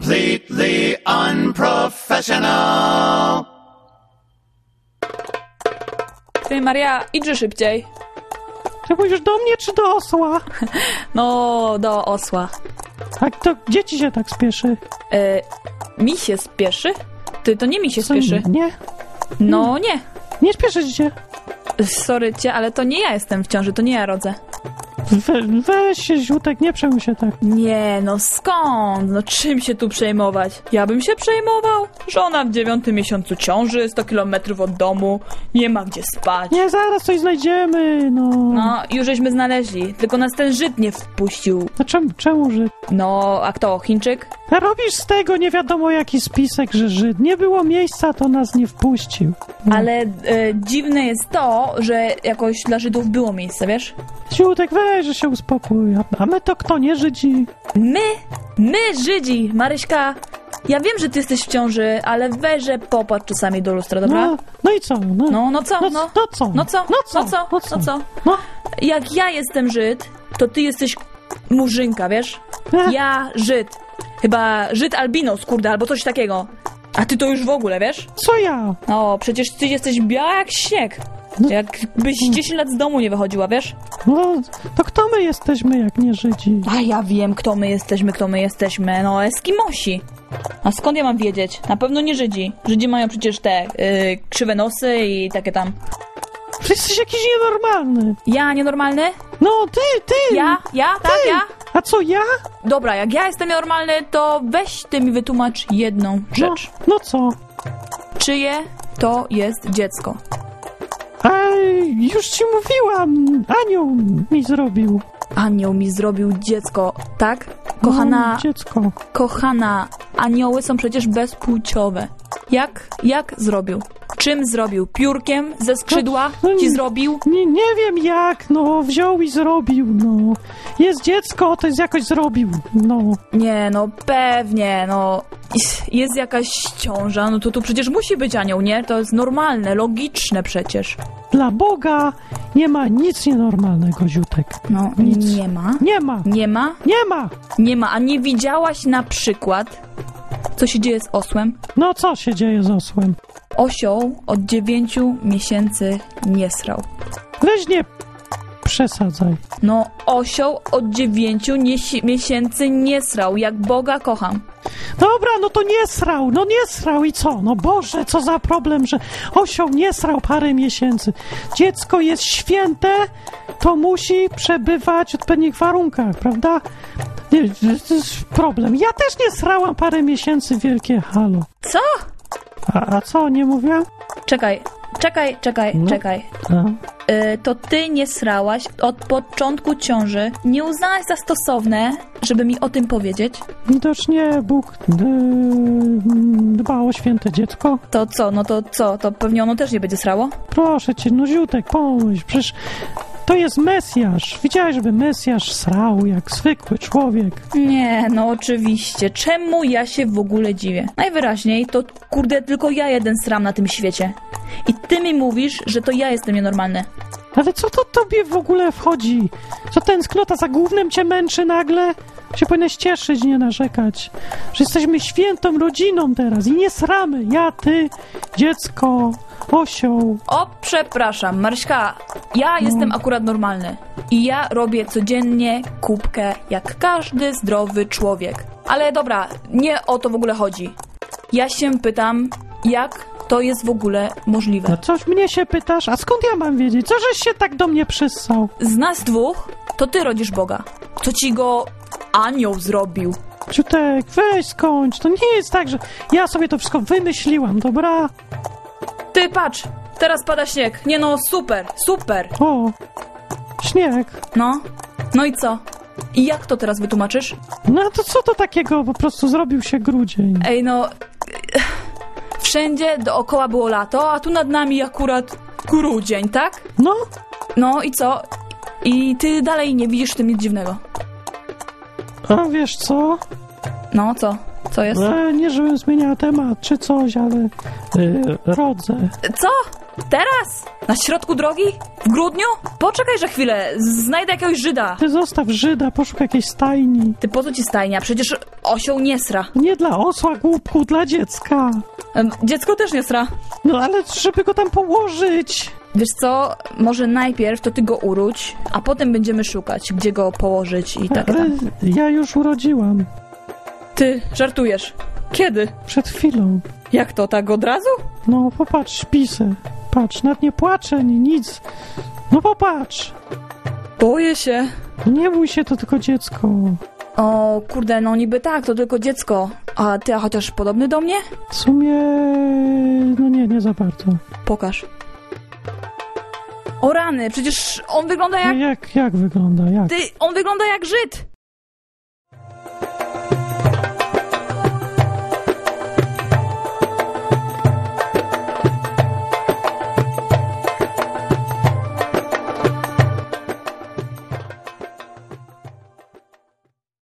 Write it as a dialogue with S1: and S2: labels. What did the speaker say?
S1: Completely unprofessional.
S2: Ty, Maria, idź szybciej.
S3: Czy pójdziesz do mnie, czy do osła?
S2: No, do osła.
S3: A to gdzie ci się tak spieszy?
S2: E, mi się spieszy? Ty, to nie mi się
S3: Co
S2: spieszy.
S3: Nie, Hmm. nie,
S2: No nie.
S3: nie spieszy ci się.
S2: Sorry cię, ale to nie ja jestem w ciąży, to nie ja rodzę.
S3: We, weź się, ziutek, nie przejmuj się tak.
S2: Nie, no skąd? No czym się tu przejmować? Ja bym się przejmował? Żona w dziewiątym miesiącu ciąży, 100 kilometrów od domu, nie ma gdzie spać.
S3: Nie, zaraz coś znajdziemy, no.
S2: No, już żeśmy znaleźli, tylko nas ten Żyd nie wpuścił.
S3: A czemu, czemu Żyd?
S2: No, a kto, Chińczyk?
S3: A robisz z tego nie wiadomo jaki spisek, że Żyd. Nie było miejsca, to nas nie wpuścił.
S2: Ale e, dziwne jest to, że jakoś dla Żydów było miejsce, wiesz?
S3: Ziutek, weź, że się uspokój. A- A my to kto, nie Żydzi?
S2: My, my Żydzi, Maryśka, ja wiem, że ty jesteś w ciąży, ale weź, że popatrz czasami do lustra, dobra?
S3: No, no i co? No,
S2: No, no co,
S3: no,
S2: no?
S3: no co?
S2: No co?
S3: No co?
S2: No co?
S3: No co?
S2: No co?
S3: No.
S2: Jak ja jestem Żyd, to ty jesteś murzynka, wiesz?
S3: E,
S2: Ja Żyd. Chyba Żyd albinos, kurde, albo coś takiego. A ty to już w ogóle, wiesz?
S3: Co ja?
S2: O, przecież ty jesteś biała jak śnieg.
S3: No.
S2: Jakbyś 10 lat z domu nie wychodziła, wiesz?
S3: No, to kto my jesteśmy, jak nie Żydzi?
S2: A ja wiem, kto my jesteśmy, kto my jesteśmy. No, Eskimosi. A skąd ja mam wiedzieć? Na pewno nie Żydzi. Żydzi mają przecież te y, krzywe nosy i takie tam.
S3: Ty jesteś jakiś nienormalny.
S2: Ja nienormalny?
S3: No, ty, ty.
S2: Ja? Ja? Tak, ja?
S3: A co, ja?
S2: Dobra, jak ja jestem normalny, to weź ty mi wytłumacz jedną
S3: No,
S2: rzecz.
S3: no co? No.
S2: Czyje to jest dziecko?
S3: A już ci mówiłam, anioł mi zrobił.
S2: Anioł mi zrobił dziecko, tak? Kochana,
S3: No, dziecko.
S2: kochana, anioły są przecież bezpłciowe. Jak, jak zrobił? Czym zrobił? Piórkiem ze skrzydła
S3: No, no,
S2: ci zrobił?
S3: Nie, nie wiem jak, no, wziął i zrobił, no. Jest dziecko, to jest jakoś zrobił, no.
S2: Nie, no pewnie, no. Jest jakaś ciąża, no to tu przecież musi być anioł, nie? To jest normalne, logiczne przecież.
S3: Dla Boga nie ma nic nienormalnego, Ziutek.
S2: No,
S3: Nic.
S2: nie ma.
S3: Nie ma,
S2: Nie ma?
S3: nie ma.
S2: Nie ma, a nie widziałaś na przykład, co się dzieje z osłem?
S3: No co się dzieje z osłem?
S2: Osioł od 9 miesięcy nie srał.
S3: Weź nie przesadzaj.
S2: No, osioł od 9 niesi- miesięcy nie srał, jak Boga kocham.
S3: Dobra, no to nie srał, no nie srał i co? No Boże, co za problem, że osioł nie srał parę miesięcy. Dziecko jest święte, to musi przebywać w odpowiednich warunkach, prawda? Nie, To jest problem. Ja też nie srałam parę miesięcy, wielkie halo.
S2: Co?
S3: A, a co, nie mówiłam?
S2: Czekaj, czekaj, czekaj,
S3: No.
S2: czekaj.
S3: No.
S2: Y, to ty nie srałaś od początku ciąży. Nie uznałaś za stosowne, żeby mi o tym powiedzieć?
S3: Widocznie Bóg yy, dba o święte dziecko.
S2: To co, no to co, to pewnie ono też nie będzie srało?
S3: Proszę cię, no ziutek, pomyśl, przecież to jest Mesjasz. Widziałeś, żeby Mesjasz srał jak zwykły człowiek.
S2: Nie, no oczywiście. Czemu ja się w ogóle dziwię? Najwyraźniej to kurde tylko ja jeden sram na tym świecie. I ty mi mówisz, że to ja jestem nienormalny.
S3: Ale co to tobie w ogóle wchodzi? Co tęsknota za głównym cię męczy nagle? Się powinieneś cieszyć, nie narzekać. Że jesteśmy świętą rodziną teraz i nie sramy. Ja, ty, dziecko, osioł.
S2: O, przepraszam, Marśka, ja jestem akurat normalny. I ja robię codziennie kubkę jak każdy zdrowy człowiek. Ale dobra, nie o to w ogóle chodzi. Ja się pytam, jak to jest w ogóle
S3: No
S2: możliwe.
S3: coś mnie się pytasz, a skąd ja mam wiedzieć? Co żeś się tak do mnie przyssał?
S2: Z nas dwóch to ty rodzisz Boga. To ci go anioł zrobił.
S3: Ciutek, weź skończ. To nie jest tak, że ja sobie to wszystko wymyśliłam, dobra?
S2: Ty patrz, teraz pada śnieg. Nie no, super, super.
S3: O, śnieg.
S2: No, no i co? I jak to teraz wytłumaczysz?
S3: No a to co to takiego? Po prostu zrobił się grudzień.
S2: Ej no, wszędzie dookoła było lato, a tu nad nami akurat grudzień, tak?
S3: No,
S2: No i co? I ty dalej nie widzisz w tym nic dziwnego.
S3: a wiesz co?
S2: No co? Co jest?
S3: E, nie, żebym zmieniała temat czy coś, ale e, rodzę.
S2: Co? Teraz? Na środku drogi? W grudniu? Poczekaj, że chwilę, znajdę jakiegoś Żyda.
S3: Ty zostaw Żyda, poszukaj jakiejś stajni.
S2: Ty po co ci stajnia? Przecież osioł nie sra.
S3: Nie dla osła, głupku, dla dziecka.
S2: Em, Dziecko też nie sra.
S3: No ale żeby go tam położyć.
S2: Wiesz co, może najpierw to ty go uróć, a potem będziemy szukać, gdzie go położyć i tak
S3: Ale
S2: tam.
S3: ja już urodziłam.
S2: Ty, żartujesz. Kiedy?
S3: Przed chwilą.
S2: Jak to, tak od razu?
S3: No popatrz, pisę. Patrz, nawet nie płaczę, ani nic. No popatrz.
S2: Boję się.
S3: Nie bój się, to tylko dziecko.
S2: O kurde, no niby tak, to tylko dziecko. A ty, a chociaż podobny do mnie?
S3: W sumie... No nie, nie za bardzo.
S2: Pokaż. O rany, przecież on wygląda jak... Mm.
S3: Jak, jak wygląda, jak?
S2: Ty, on wygląda jak Żyd!